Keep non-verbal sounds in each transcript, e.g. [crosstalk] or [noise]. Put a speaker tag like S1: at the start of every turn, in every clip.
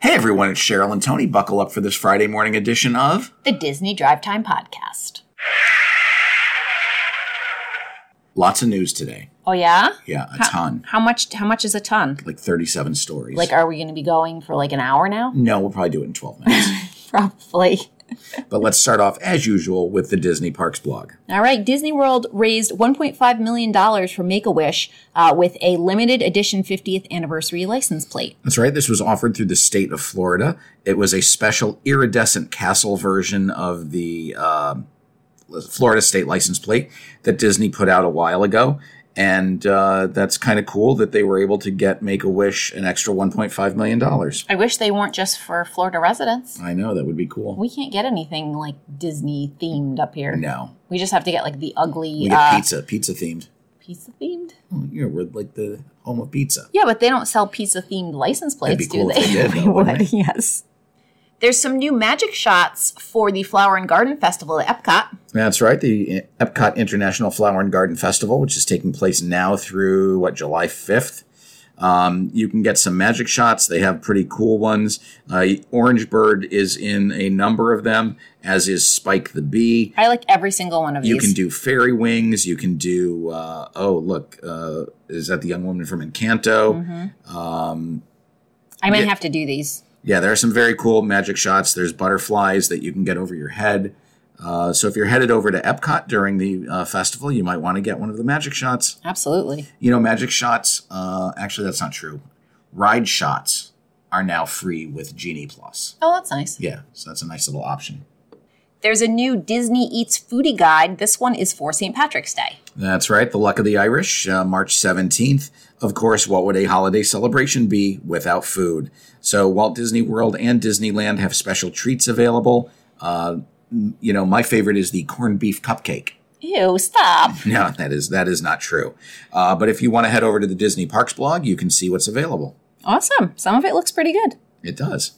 S1: Hey everyone, it's Cheryl and Tony. Buckle up for this Friday morning edition of
S2: the Disney Drive Time Podcast.
S1: Lots of News Today.
S2: Oh yeah?
S1: Yeah, a
S2: How-
S1: ton.
S2: How much how much is a ton?
S1: Like 37 stories.
S2: Like are we gonna be going for like an hour now?
S1: no, we'll probably do it in 12 minutes.
S2: [laughs] Probably.
S1: but let's start off, as usual, with the Disney Parks blog.
S2: All right, Disney World raised $1.5 million for Make a Wish uh, with a limited edition 50th anniversary license plate.
S1: That's right, this was offered through the state of Florida. It was a special iridescent castle version of the um Florida state license plate that Disney put out a while ago. And uh, that's kind of cool that they were able to get Make a Wish an extra $1.5 million.
S2: I wish they weren't just for Florida residents.
S1: I know, that would be cool.
S2: We can't get anything like Disney themed up here.
S1: no.
S2: We just have to get like the ugly
S1: We get
S2: uh,
S1: pizza, pizza themed.
S2: pizza themed.
S1: You know, we're like the home of pizza.
S2: Yeah, but they don't sell pizza themed license plates,
S1: be
S2: do
S1: cool if
S2: they?
S1: they
S2: [laughs]
S1: did,
S2: We
S1: though, wouldn't
S2: would, yes. There's some new magic shots for the Flower and Garden Festival at Epcot.
S1: That's right. The Epcot International Flower and Garden Festival, which is taking place now through what July fifth. Um, you can get some magic shots. They have pretty cool ones. Uh, Orange Bird is in a number of them, as is Spike the Bee.
S2: I like every single one of
S1: You
S2: these.
S1: can do fairy wings. You can do uh, oh look, uh, is that the young woman from Encanto? Um,
S2: I might
S1: yeah.
S2: have to do these.
S1: yeah, there are some very cool magic shots. There's butterflies that you can get over your head. Uh, so if you're headed over to Epcot during the uh, festival, you might want to get one of the magic shots.
S2: Absolutely.
S1: You know, magic shots. Uh, actually, that's not true. Ride shots are now free with Genie Plus.
S2: Oh, that's nice.
S1: Yeah, so that's a nice little option.
S2: There's a new Disney Eats Foodie Guide. This one is for St. Patrick's Day.
S1: That's right. The luck of the Irish, uh, March 17th. Of course, what would a holiday celebration be without food? So, Walt Disney World and Disneyland have special treats available. Uh, m- you know, my favorite is the corned beef cupcake. [laughs]
S2: Ew, stop.
S1: No, that is that is not true. Uh, but if you want to head over to the Disney Parks blog, you can see what's available.
S2: awesome. Some of it looks pretty good.
S1: It does.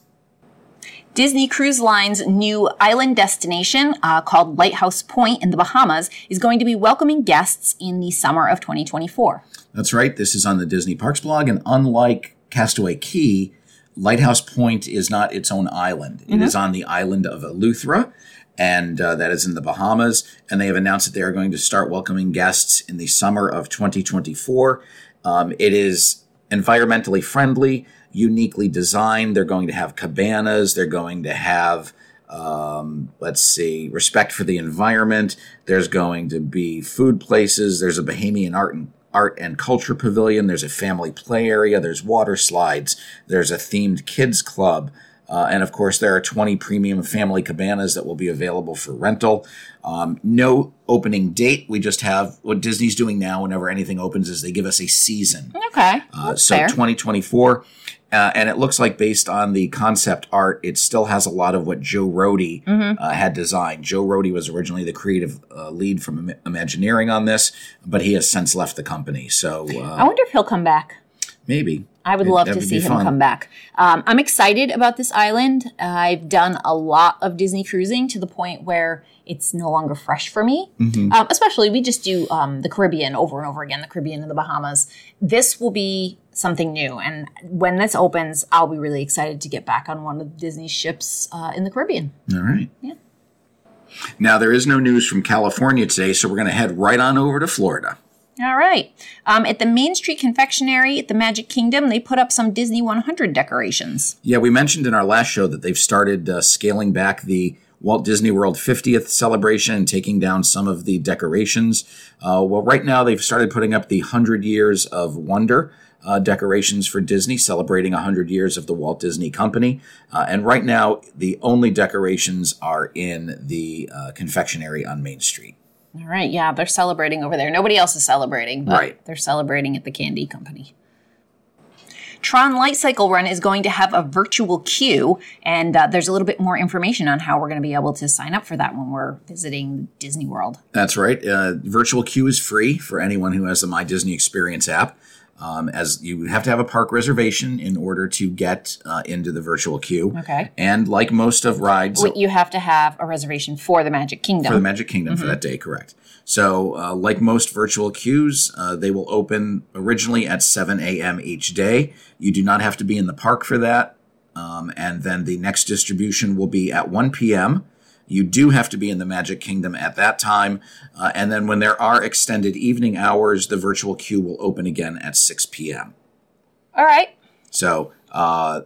S2: Disney Cruise Line's new island destination uh, called Lighthouse Point in the Bahamas is going to be welcoming guests in the summer of 2024.
S1: That's right. This is on the Disney Parks blog, and unlike Castaway Key, Lighthouse Point is not its own island. It is on the island of Eleuthera, and uh, that is in the Bahamas. And they have announced that they are going to start welcoming guests in the summer of 2024. Um, it is environmentally friendly, uniquely designed. They're going to have cabanas. They're going to have um, let's see, respect for the environment. There's going to be food places. There's a Bahamian art and art and culture pavilion. There's a family play area. There's water slides. There's a themed kids club. Uh, and of course, there are 20 premium family cabanas that will be available for rental. Um, no opening date. We just have what Disney's doing now whenever anything opens is they give us a season.
S2: Okay.
S1: Uh,
S2: that's
S1: so
S2: fair.
S1: 2024. Uh, and it looks like based on the concept art, it still has a lot of what Joe Rohde uh, had designed. Joe Rohde was originally the creative uh, lead from Im- Imagineering on this, but he has since left the company. So
S2: I
S1: uh,
S2: wonder if he'll come back.
S1: maybe
S2: I would
S1: It-
S2: love
S1: that
S2: to
S1: would
S2: see
S1: be
S2: him
S1: fun.
S2: come back. Um, I'm excited about this island. I've done a lot of Disney cruising to the point where it's no longer fresh for me.
S1: Mm-hmm.
S2: Um, especially, we just do um, the Caribbean over and over again, the Caribbean and the Bahamas. This will be something new. And when this opens, I'll be really excited to get back on one of Disney's ships uh, in the Caribbean.
S1: All right.
S2: Yeah.
S1: Now there is no news from California today, so we're going to head right on over to Florida.
S2: All right. Um, at the Main Street Confectionery at the Magic Kingdom, they put up some Disney 100 decorations.
S1: Yeah, we mentioned in our last show that they've started uh, scaling back the Walt Disney World 50th celebration and taking down some of the decorations. Uh, well, right now they've started putting up the 100 Years of Wonder uh, decorations for Disney, celebrating 100 years of the Walt Disney Company. Uh, and right now, the only decorations are in the uh, confectionery on Main Street.
S2: All right, yeah, they're celebrating over there. Nobody else is celebrating, but
S1: Right.
S2: they're celebrating at the candy company. Tron Light Cycle Run is going to have a virtual queue, and uh, there's a little bit more information on how we're going to be able to sign up for that when we're visiting Disney World.
S1: That's right. Uh, virtual queue is free for anyone who has the My Disney Experience app. Um, as you have to have a park reservation in order to get uh, into the virtual queue.
S2: Okay.
S1: And like most of rides
S2: Wait, you have to have a reservation for the Magic Kingdom.
S1: for the Magic Kingdom for that day, correct? So, uh, like most virtual queues, uh, they will open originally at 7 a.m. each day. You do not have to be in the park for that. Um, and then the next distribution will be at 1 p.m. You do have to be in the Magic Kingdom at that time. Uh, and then when there are extended evening hours, the virtual queue will open again at 6 p.m.
S2: All right.
S1: So, uh,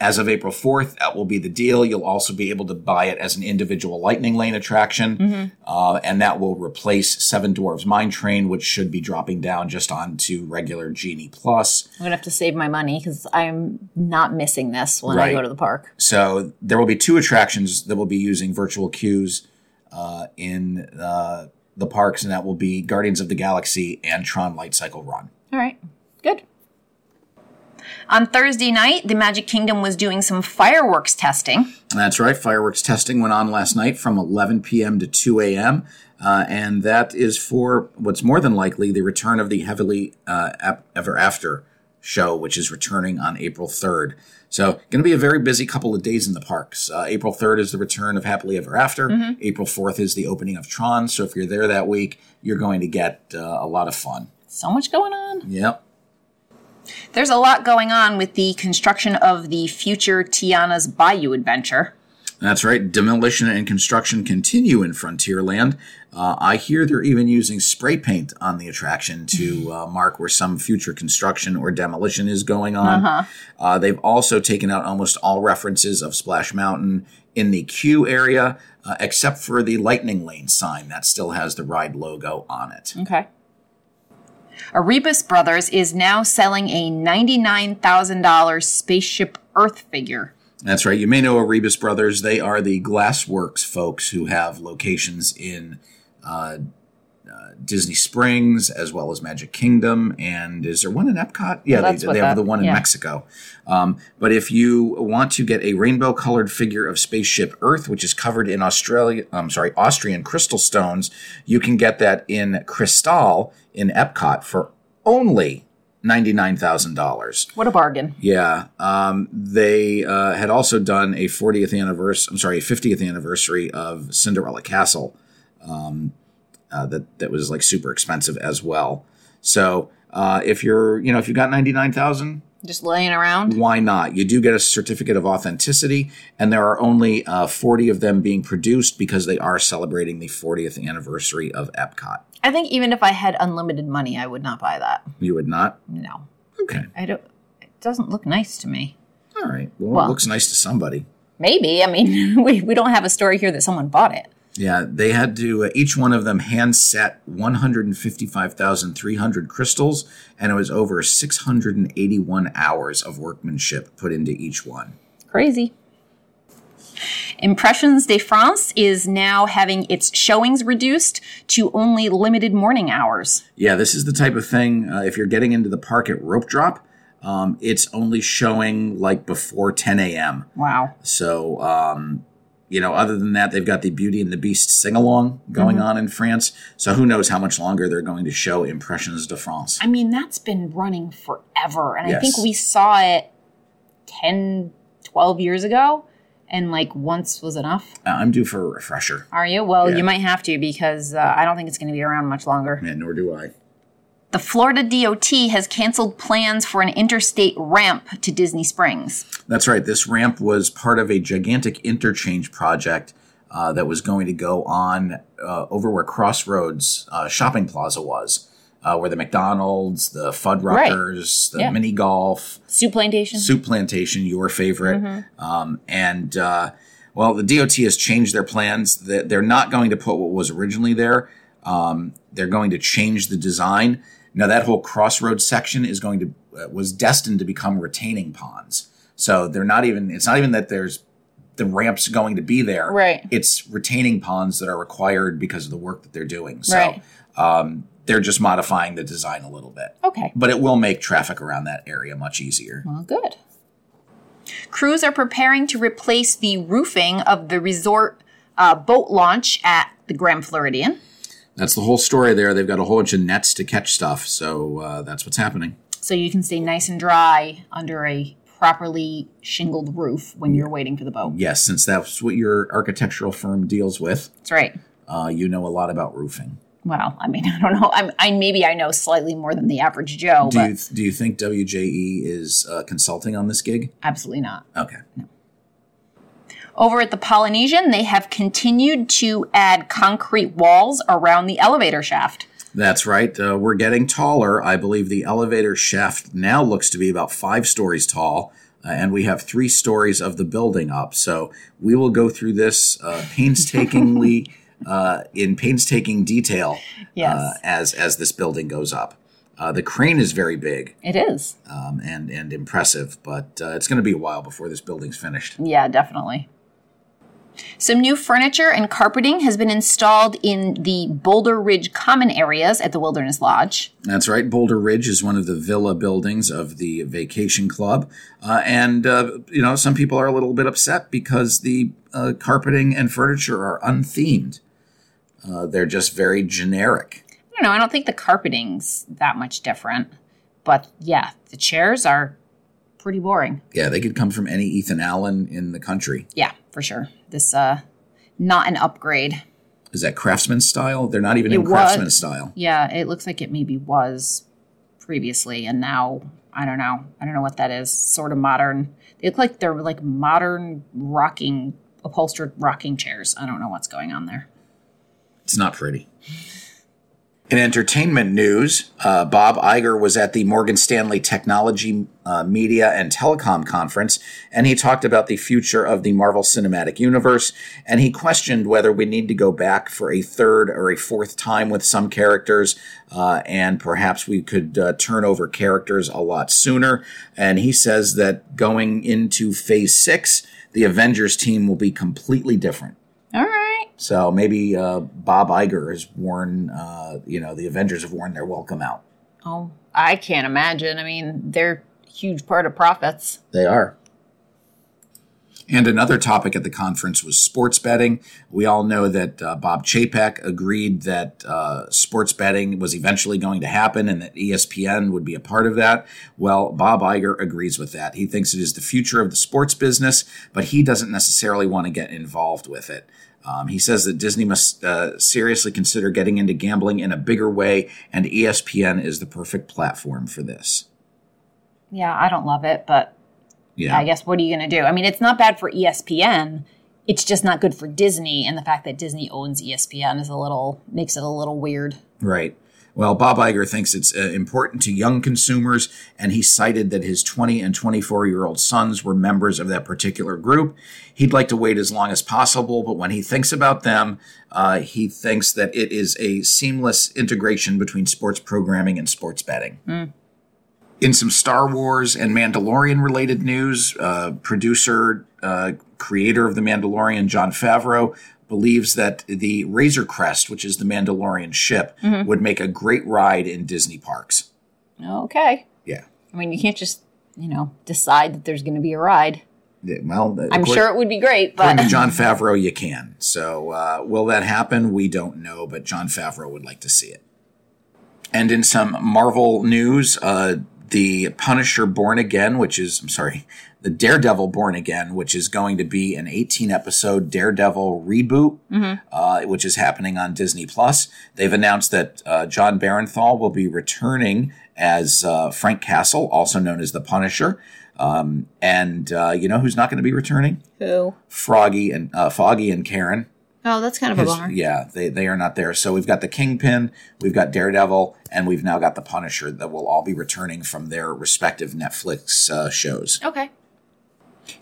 S1: as of April 4th, that will be the deal. You'll also be able to buy it as an individual Lightning Lane attraction, uh, and that will replace Seven Dwarves Mine Train, which should be dropping down just onto regular Genie Plus.
S2: I'm going to have to save my money because I'm not missing this when I
S1: Right.
S2: go to the park.
S1: So there will be two attractions that will be using virtual queues uh, in uh, the parks, and that will be Guardians of the Galaxy and Tron Light Cycle Run.
S2: All right. Good. On Thursday night, the Magic Kingdom was doing some fireworks testing.
S1: That's right. Fireworks testing went on last night from 11 p.m. to 2 a.m. Uh, and that is for what's more than likely the return of the Heavily uh, Ap- Ever After show, which is returning on April 3rd. So, going to be a very busy couple of days in the parks. Uh, April 3rd is the return of Happily Ever After. April 4th is the opening of Tron. So, if you're there that week, you're going to get uh, a lot of fun.
S2: So much going on.
S1: Yep.
S2: There's a lot going on with the construction of the future Tiana's Bayou adventure.
S1: That's right. Demolition and construction continue in Frontierland. Uh, I hear they're even using spray paint on the attraction to uh, mark where some future construction or demolition is going on. Uh, they've also taken out almost all references of Splash Mountain in the queue area, uh, except for the Lightning Lane sign that still has the ride logo on it.
S2: Okay. Erebus Brothers is now selling a $99,000 spaceship Earth figure.
S1: That's right. You may know Erebus Brothers. They are the Glassworks folks who have locations in uh, uh, Disney Springs as well as Magic Kingdom. And is there one in Epcot? Yeah,
S2: That's
S1: they,
S2: what
S1: they have
S2: that-
S1: the one in
S2: yeah.
S1: Mexico. Um, but if you want to get a rainbow colored figure of Spaceship Earth, which is covered in Australia, I'm sorry, Austrian crystal stones, you can get that in Cristal in Epcot for only $99,000.
S2: What a bargain.
S1: Yeah, um, they uh, had also done a 40th anniversary. I'm sorry, a 50th anniversary of Cinderella Castle. Um, uh, that that was like super expensive as well. So uh, if you're, you know, if you got 99,000,
S2: Just laying around.
S1: why not? You do get a certificate of authenticity, and there are only uh, 40 of them being produced because they are celebrating the 40th anniversary of Epcot.
S2: I think even if I had unlimited money, I would not buy that.
S1: You would not?
S2: No.
S1: Okay,
S2: I don't it doesn't look nice to me.
S1: all right. Well,
S2: Well-
S1: it looks nice to somebody.
S2: Maybe. I mean, [laughs] we, we don't have a story here that someone bought it.
S1: Yeah, they had to, uh, each one of them hand set 155,300 crystals, and it was over 681 hours of workmanship put into each one.
S2: Crazy. Impressions de France is now having its showings reduced to only limited morning hours.
S1: Yeah, this is the type of thing, uh, if you're getting into the park at Rope Drop, um, it's only showing like before 10 a.m.
S2: Wow.
S1: So, um, you know, other than that, they've got the Beauty and the Beast sing along going on in France. So, who knows how much longer they're going to show Impressions de France.
S2: I mean, that's been running forever. And I
S1: Yes.
S2: think we saw it 10, 12 years ago. And like once was enough.
S1: Uh, I'm due for a refresher.
S2: Are you? Well,
S1: Yeah.
S2: you might have to because uh, I don't think it's going to be around much longer.
S1: Man, nor do I.
S2: The Florida DOT has canceled plans for an interstate ramp to Disney Springs.
S1: That's right. This ramp was part of a gigantic interchange project uh, that was going to go on uh, over where Crossroads uh, Shopping Plaza was, uh, where the McDonald's, the Fuddruckers, the
S2: Yeah.
S1: mini golf,
S2: Soup Plantation?
S1: Soup Plantation, your favorite.
S2: Mm-hmm.
S1: Um, and uh, well, the DOT has changed their plans. They- They're not going to put what was originally there. Um, they're going to change the design. Now that whole crossroads section is going to uh, was destined to become retaining ponds. So they're not even. It's not even that there's the ramps going to be there.
S2: Right.
S1: It's retaining ponds that are required because of the work that they're doing. So
S2: Right.
S1: um, they're just modifying the design a little bit.
S2: Okay.
S1: But it will make traffic around that area much easier.
S2: Well, good. Crews are preparing to replace the roofing of the resort uh, boat launch at the Grand Floridian.
S1: That's the whole story there. They've got a whole bunch of nets to catch stuff. So uh, that's what's happening.
S2: So you can stay nice and dry under a properly shingled roof when you're waiting for the boat.
S1: Yes, since that's what your architectural firm deals with,
S2: That's right.
S1: uh, you know a lot about roofing.
S2: well, I mean, [laughs] I don't know. I'm, I maybe I know slightly more than the average Joe,
S1: Do
S2: but
S1: you do you think WJE is uh, consulting on this gig?
S2: absolutely not.
S1: Okay.
S2: Over at the Polynesian, they have continued to add concrete walls around the elevator shaft.
S1: That's right. Uh, we're getting taller. I believe the elevator shaft now looks to be about five stories tall, uh, and we have three stories of the building up. So we will go through this uh, painstakingly uh, in painstaking detail
S2: Yes.
S1: uh, as as this building goes up. Uh, the crane is very big
S2: It is.
S1: um, and and impressive, but uh, it's going to be a while before this building's finished.
S2: Yeah, definitely. Some new furniture and carpeting has been installed in the Boulder Ridge Common areas at the Wilderness Lodge.
S1: That's right. Boulder Ridge is one of the villa buildings of the Vacation Club. Uh, and, uh, you know, some people are a little bit upset because the uh, carpeting and furniture are unthemed. Uh, they're just very generic.
S2: I don't know, I don't think the carpeting's that much different, but yeah, the chairs are pretty boring.
S1: Yeah, they could come from any Ethan Allen in the country.
S2: Yeah, for sure. This uh not an upgrade.
S1: Is that craftsman style? They're not even in
S2: It was.
S1: craftsman style.
S2: Yeah, it looks like it maybe was previously, and now I don't know. I don't know what that is. Sort of modern. They look like they're like modern rocking upholstered rocking chairs. I don't know what's going on there.
S1: It's not pretty. In entertainment news, uh, Bob Iger was at the Morgan Stanley Technology, uh, Media, and Telecom Conference, and he talked about the future of the Marvel Cinematic Universe. And he questioned whether we need to go back for a third or a fourth time with some characters, uh, and perhaps we could uh, turn over characters a lot sooner. And he says that going into phase six, the Avengers team will be completely different.
S2: All right.
S1: So maybe uh, Bob Iger has worn, uh, you know, the Avengers have worn their welcome out.
S2: Oh, I can't imagine. I mean, they're a huge part of profits.
S1: They are. And another topic at the conference was sports betting. We all know that uh, Bob Chapek agreed that uh, sports betting was eventually going to happen and that E ESPN would be a part of that. Well, Bob Iger agrees with that. He thinks it is the future of the sports business, but he doesn't necessarily want to get involved with it. Um, he says that Disney must uh, seriously consider getting into gambling in a bigger way, and E ESPN is the perfect platform for this.
S2: Yeah, I don't love it, but
S1: Yeah.
S2: I guess what are you going to do? I mean, it's not bad for E ESPN. It's just not good for Disney, and the fact that Disney owns E ESPN is a little makes it a little weird.
S1: Right. Well, Bob Iger thinks it's uh, important to young consumers, and he cited that his 20 and 24 year old sons were members of that particular group. He'd like to wait as long as possible, but when he thinks about them, uh, he thinks that it is a seamless integration between sports programming and sports betting. In some Star Wars and Mandalorian related news, uh, producer, uh, creator of The Mandalorian, John Favreau, believes that the Razor Crest, which is the Mandalorian ship,
S2: Mm-hmm.
S1: would make a great ride in Disney parks.
S2: Okay.
S1: Yeah.
S2: I mean, you can't just, you know, decide that there's going to be a ride.
S1: Yeah, Well,
S2: I'm sure it would be great,
S1: According to
S2: but
S1: John Favreau, you can. So, uh, will that happen? We don't know, but John Favreau would like to see it. And in some Marvel news, uh, the Punisher Born Again, which is, I'm sorry, the Daredevil Born Again, which is going to be an 18 episode Daredevil reboot, uh, which is happening on Disney Plus. They've announced that uh, John Barenthal will be returning as uh, Frank Castle, also known as the Punisher. Um, and uh, you know who's not going to be returning?
S2: who?
S1: Froggy and uh, Foggy and Karen.
S2: Oh, that's kind of a
S1: His-
S2: bummer.
S1: yeah, they, they are not there. So we've got the Kingpin, we've got Daredevil, and we've now got the Punisher that will all be returning from their respective Netflix uh, shows.
S2: Okay.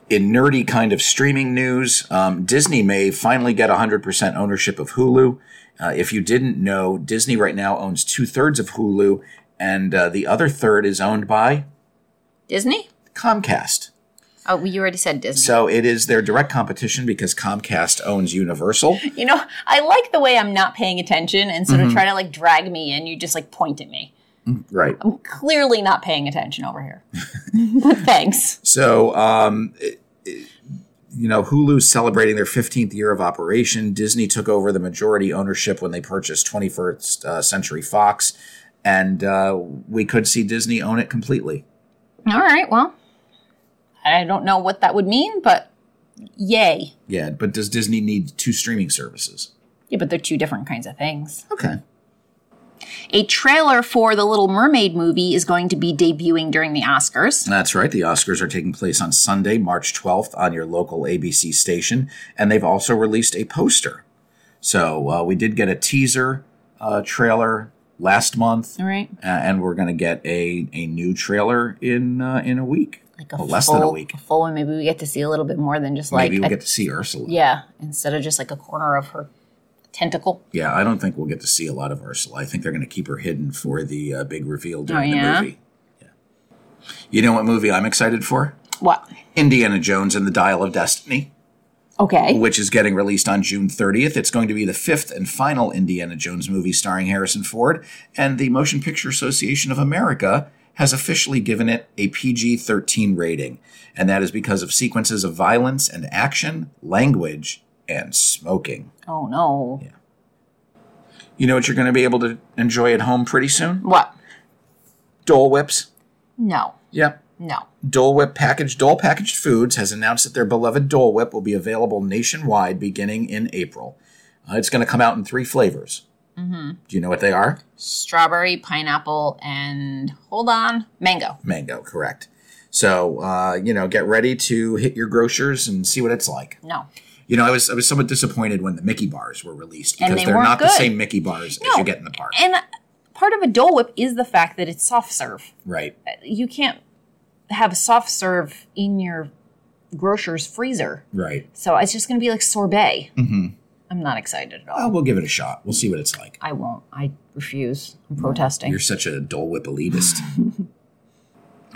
S1: In nerdy kind of streaming news, um, Disney may finally get 100% ownership of Hulu. Uh, if you didn't know, Disney right now owns two thirds of Hulu, and uh, the other third is owned by
S2: Disney?
S1: Comcast.
S2: Oh, well, you already said Disney.
S1: So it is their direct competition because Comcast owns Universal.
S2: you know, I like the way I'm not paying attention and sort of try to like drag me in. You just like point at me.
S1: Right.
S2: I'm clearly not paying attention over here. but thanks.
S1: So, um, it- it- you know, Hulu's celebrating their 15th year of operation. Disney took over the majority ownership when they purchased 21st uh, Century Fox, and uh, we could see Disney own it completely.
S2: All right. Well, I don't know what that would mean, but yay.
S1: Yeah, but does Disney need two streaming services?
S2: Yeah, but they're two different kinds of things.
S1: Okay.
S2: A trailer for the Little Mermaid movie is going to be debuting during the Oscars.
S1: That's right. The Oscars are taking place on Sunday, March 12th, on your local ABC station. And they've also released a poster. So uh, we did get a teaser uh, trailer last month.
S2: All right.
S1: Uh, and we're going to get a, a new trailer in uh, in a week.
S2: Like a
S1: Well, less than a week.
S2: full one. Maybe we get to see a little bit more than just like
S1: Maybe we'll
S2: a-
S1: get to see Ursula.
S2: yeah, instead of just like a corner of her tentacle.
S1: Yeah, I don't think we'll get to see a lot of Ursula. I think they're going to keep her hidden for the uh, big reveal during
S2: Oh, yeah?
S1: the movie. Yeah. You know what movie I'm excited for?
S2: What?
S1: Indiana Jones and the Dial of Destiny,
S2: Okay.
S1: which is getting released on June 30th. It's going to be the fifth and final Indiana Jones movie starring Harrison Ford, and the Motion Picture Association of America has officially given it a PG 13 rating. And that is because of sequences of violence and action, language, and smoking.
S2: Oh no.
S1: You know what you're going to be able to enjoy at home pretty soon?
S2: What?
S1: Dole Whips.
S2: No.
S1: Yep.
S2: No.
S1: Dole Whip packaged Dole Packaged Foods has announced that their beloved Dole Whip will be available nationwide beginning in April. Uh, it's going to come out in three flavors. Mm-hmm. Do you know what they are?
S2: Strawberry, pineapple, and hold on, mango.
S1: Mango, correct. So uh, you know, get ready to hit your grocers and see what it's like.
S2: No.
S1: You know, I was I was somewhat disappointed when the Mickey bars were released
S2: And
S1: because
S2: they
S1: are
S2: weren't
S1: not the
S2: good.
S1: same Mickey bars as
S2: No.
S1: you get in the park,
S2: And part of a Dole Whip is the fact that it's soft serve.
S1: right?
S2: You can't have soft serve in your grocer's freezer.
S1: Right.
S2: So it's just going to be like sorbet. Mm-hmm. I'm not excited at all.
S1: Uh, Well, we'll give it a shot. We'll see what it's like.
S2: I won't. I refuse. I'm protesting.
S1: You're such a Dole Whip elitist.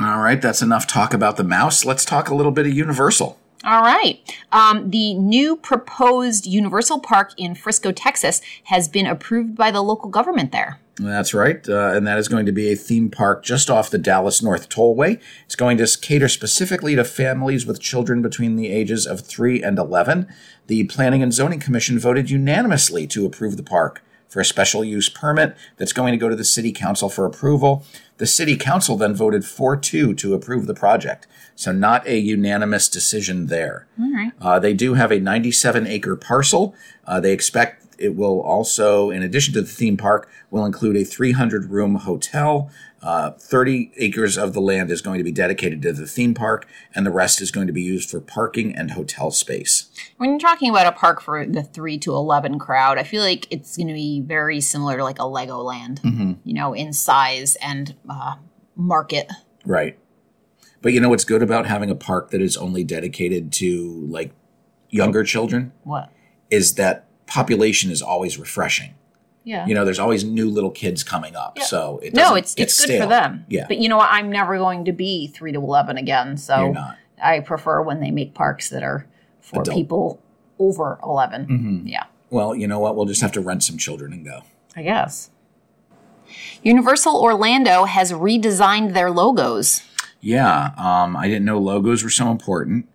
S1: All right, that's enough talk about the mouse. Let's talk a little bit of Universal.
S2: All right. Um, the new proposed Universal Park in Frisco, Texas, has been approved by the local government there.
S1: That's right, uh, and that is going to be a theme park just off the Dallas North Tollway. It's going to cater specifically to families with children between the ages of 3 and 11. The Planning and Zoning Commission voted unanimously to approve the park for a special use permit that's going to go to the City Council for approval. The City Council then voted 4 2 to approve the project, so not a unanimous decision there.
S2: All right.
S1: Uh, they do have a 97 acre parcel. Uh, they expect it will also, in addition to the theme park, will include a 300 room hotel. Uh, 30 acres of the land is going to be dedicated to the theme park, and the rest is going to be used for parking and hotel space.
S2: When you're talking about a park for the 3 to 11 crowd, I feel like it's going to be very similar to like a Legoland, you know, in size and uh, market.
S1: Right. But you know what's good about having a park that is only dedicated to like younger children
S2: What?
S1: is that population is always refreshing.
S2: Yeah.
S1: You know, there's always new little kids coming up,
S2: Yeah.
S1: so it
S2: no,
S1: doesn't
S2: it's
S1: get
S2: it's good
S1: stale.
S2: for them.
S1: Yeah,
S2: But you know what? I'm never going to be 3 to 11 again. So
S1: you're not.
S2: I prefer when they make parks that are for
S1: Adult. Mm-hmm.
S2: people over 11. Yeah.
S1: Well, you know what? We'll just have to rent some children and go.
S2: I guess. Universal Orlando has redesigned their logos.
S1: Yeah, um, I didn't know logos were so important.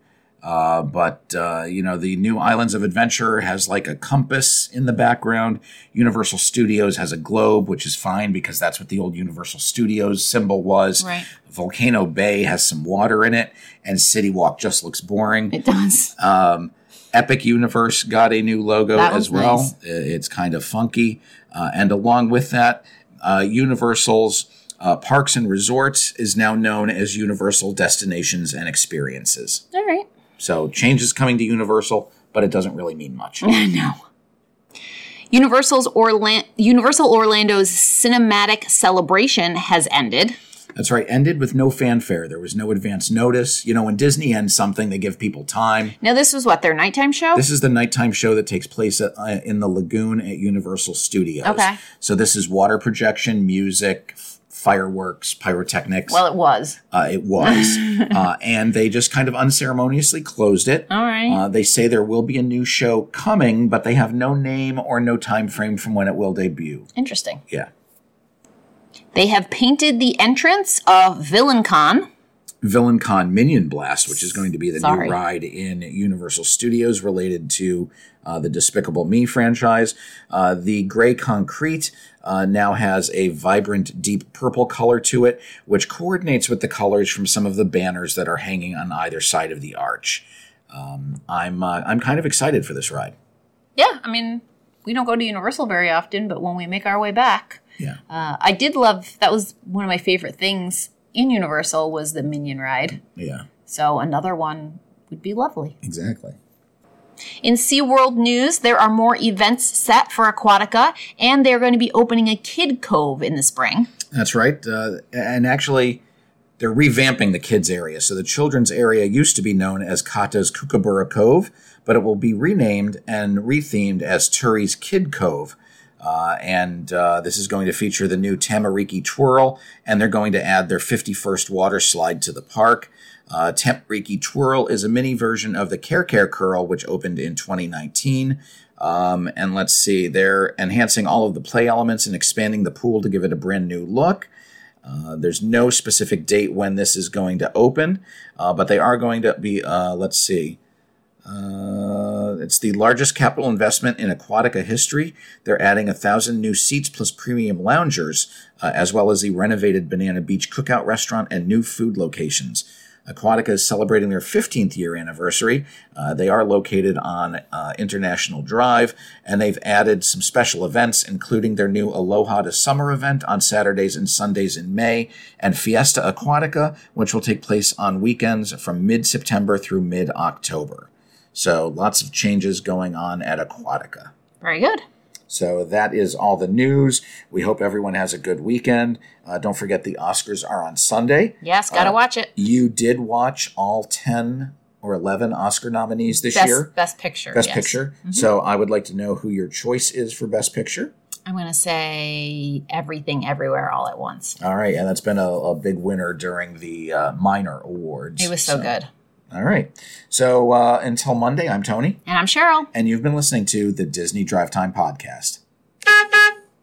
S1: Uh, but uh, you know, the new Islands of Adventure has like a compass in the background. Universal Studios has a globe, which is fine because that's what the old Universal Studios symbol was.
S2: Right.
S1: Volcano Bay has some water in it, and City Walk just looks boring.
S2: It does.
S1: Um, Epic Universe got a new logo
S2: That was
S1: as well.
S2: nice.
S1: I- It's kind of funky. Uh, and along with that, uh, Universal's uh, Parks and Resorts is now known as Universal Destinations and Experiences.
S2: All right.
S1: So change is coming to Universal, but it doesn't really mean
S2: Oh,
S1: much.
S2: no. Universal's Orlan- Universal Orlando's cinematic celebration has ended.
S1: That's right. Ended with no fanfare. There was no advance notice. You know, when Disney ends something, they give people time.
S2: Now, this was what, their nighttime show?
S1: This is the nighttime show that takes place at, uh, in the lagoon at Universal Studios.
S2: Okay.
S1: So this is water projection, music, f- fireworks, pyrotechnics.
S2: well, it was.
S1: uh, it
S2: [laughs]
S1: was, uh, and they just kind of unceremoniously closed it.
S2: All right.
S1: Uh, they say there will be a new show coming, but they have no name or no time frame from when it will debut.
S2: Interesting.
S1: Yeah.
S2: They have painted the entrance of VillainCon.
S1: Villain Con Minion Blast, which is going to be the
S2: Sorry.
S1: new ride in Universal Studios related to uh, the Despicable Me franchise. Uh, the gray concrete uh, now has a vibrant deep purple color to it, which coordinates with the colors from some of the banners that are hanging on either side of the arch. Um, I'm uh, I'm kind of excited for this ride.
S2: Yeah, I mean, we don't go to Universal very often, but when we make our way back,
S1: Yeah.
S2: Uh, I did love that was one of my favorite things in Universal was the Minion ride.
S1: Yeah.
S2: So another one would be lovely.
S1: Exactly.
S2: In SeaWorld news, there are more events set for Aquatica, and they're going to be opening a kid cove in the spring.
S1: That's right. Uh, and actually, they're revamping the kids area. So the children's area used to be known as Kata's Kookaburra Cove, but it will be renamed and rethemed as Turi's Kid Cove. Uh, and uh, this is going to feature the new Tamariki Twirl, and they're going to add their 51st water slide to the park. Uh, Tamariki Twirl is a mini version of the Care Care Curl, which opened in 2019. Um, and let's see, they're enhancing all of the play elements and expanding the pool to give it a brand new look. Uh, there's no specific date when this is going to open, uh, but they are going to be, uh, let's see, uh, it's the largest capital investment in Aquatica history. They're adding a thousand new seats plus premium loungers, uh, as well as the renovated Banana Beach cookout restaurant and new food locations. Aquatica is celebrating their 15th year anniversary. Uh, they are located on uh, International Drive, and they've added some special events, including their new Aloha to Summer event on Saturdays and Sundays in May, and Fiesta Aquatica, which will take place on weekends from mid September through mid October. So lots of changes going on at Aquatica.
S2: Very good.
S1: So that is all the news. We hope everyone has a good weekend. Uh, don't forget the Oscars are on Sunday.
S2: Yes, gotta
S1: Uh,
S2: watch it.
S1: You did watch all 10 or 11 Oscar nominees this
S2: Best,
S1: year.
S2: best picture.
S1: Best
S2: yes. Mm-hmm.
S1: Picture. So I would like to know who your choice is for Best Picture.
S2: I'm gonna say everything, everywhere, all at once.
S1: All right. And that's been a, a big winner during the uh, minor awards.
S2: It was so good.
S1: All right. So uh, until Monday, I'm Tony,
S2: And I'm Cheryl.
S1: and you've been listening to the Disney Drive Time Podcast.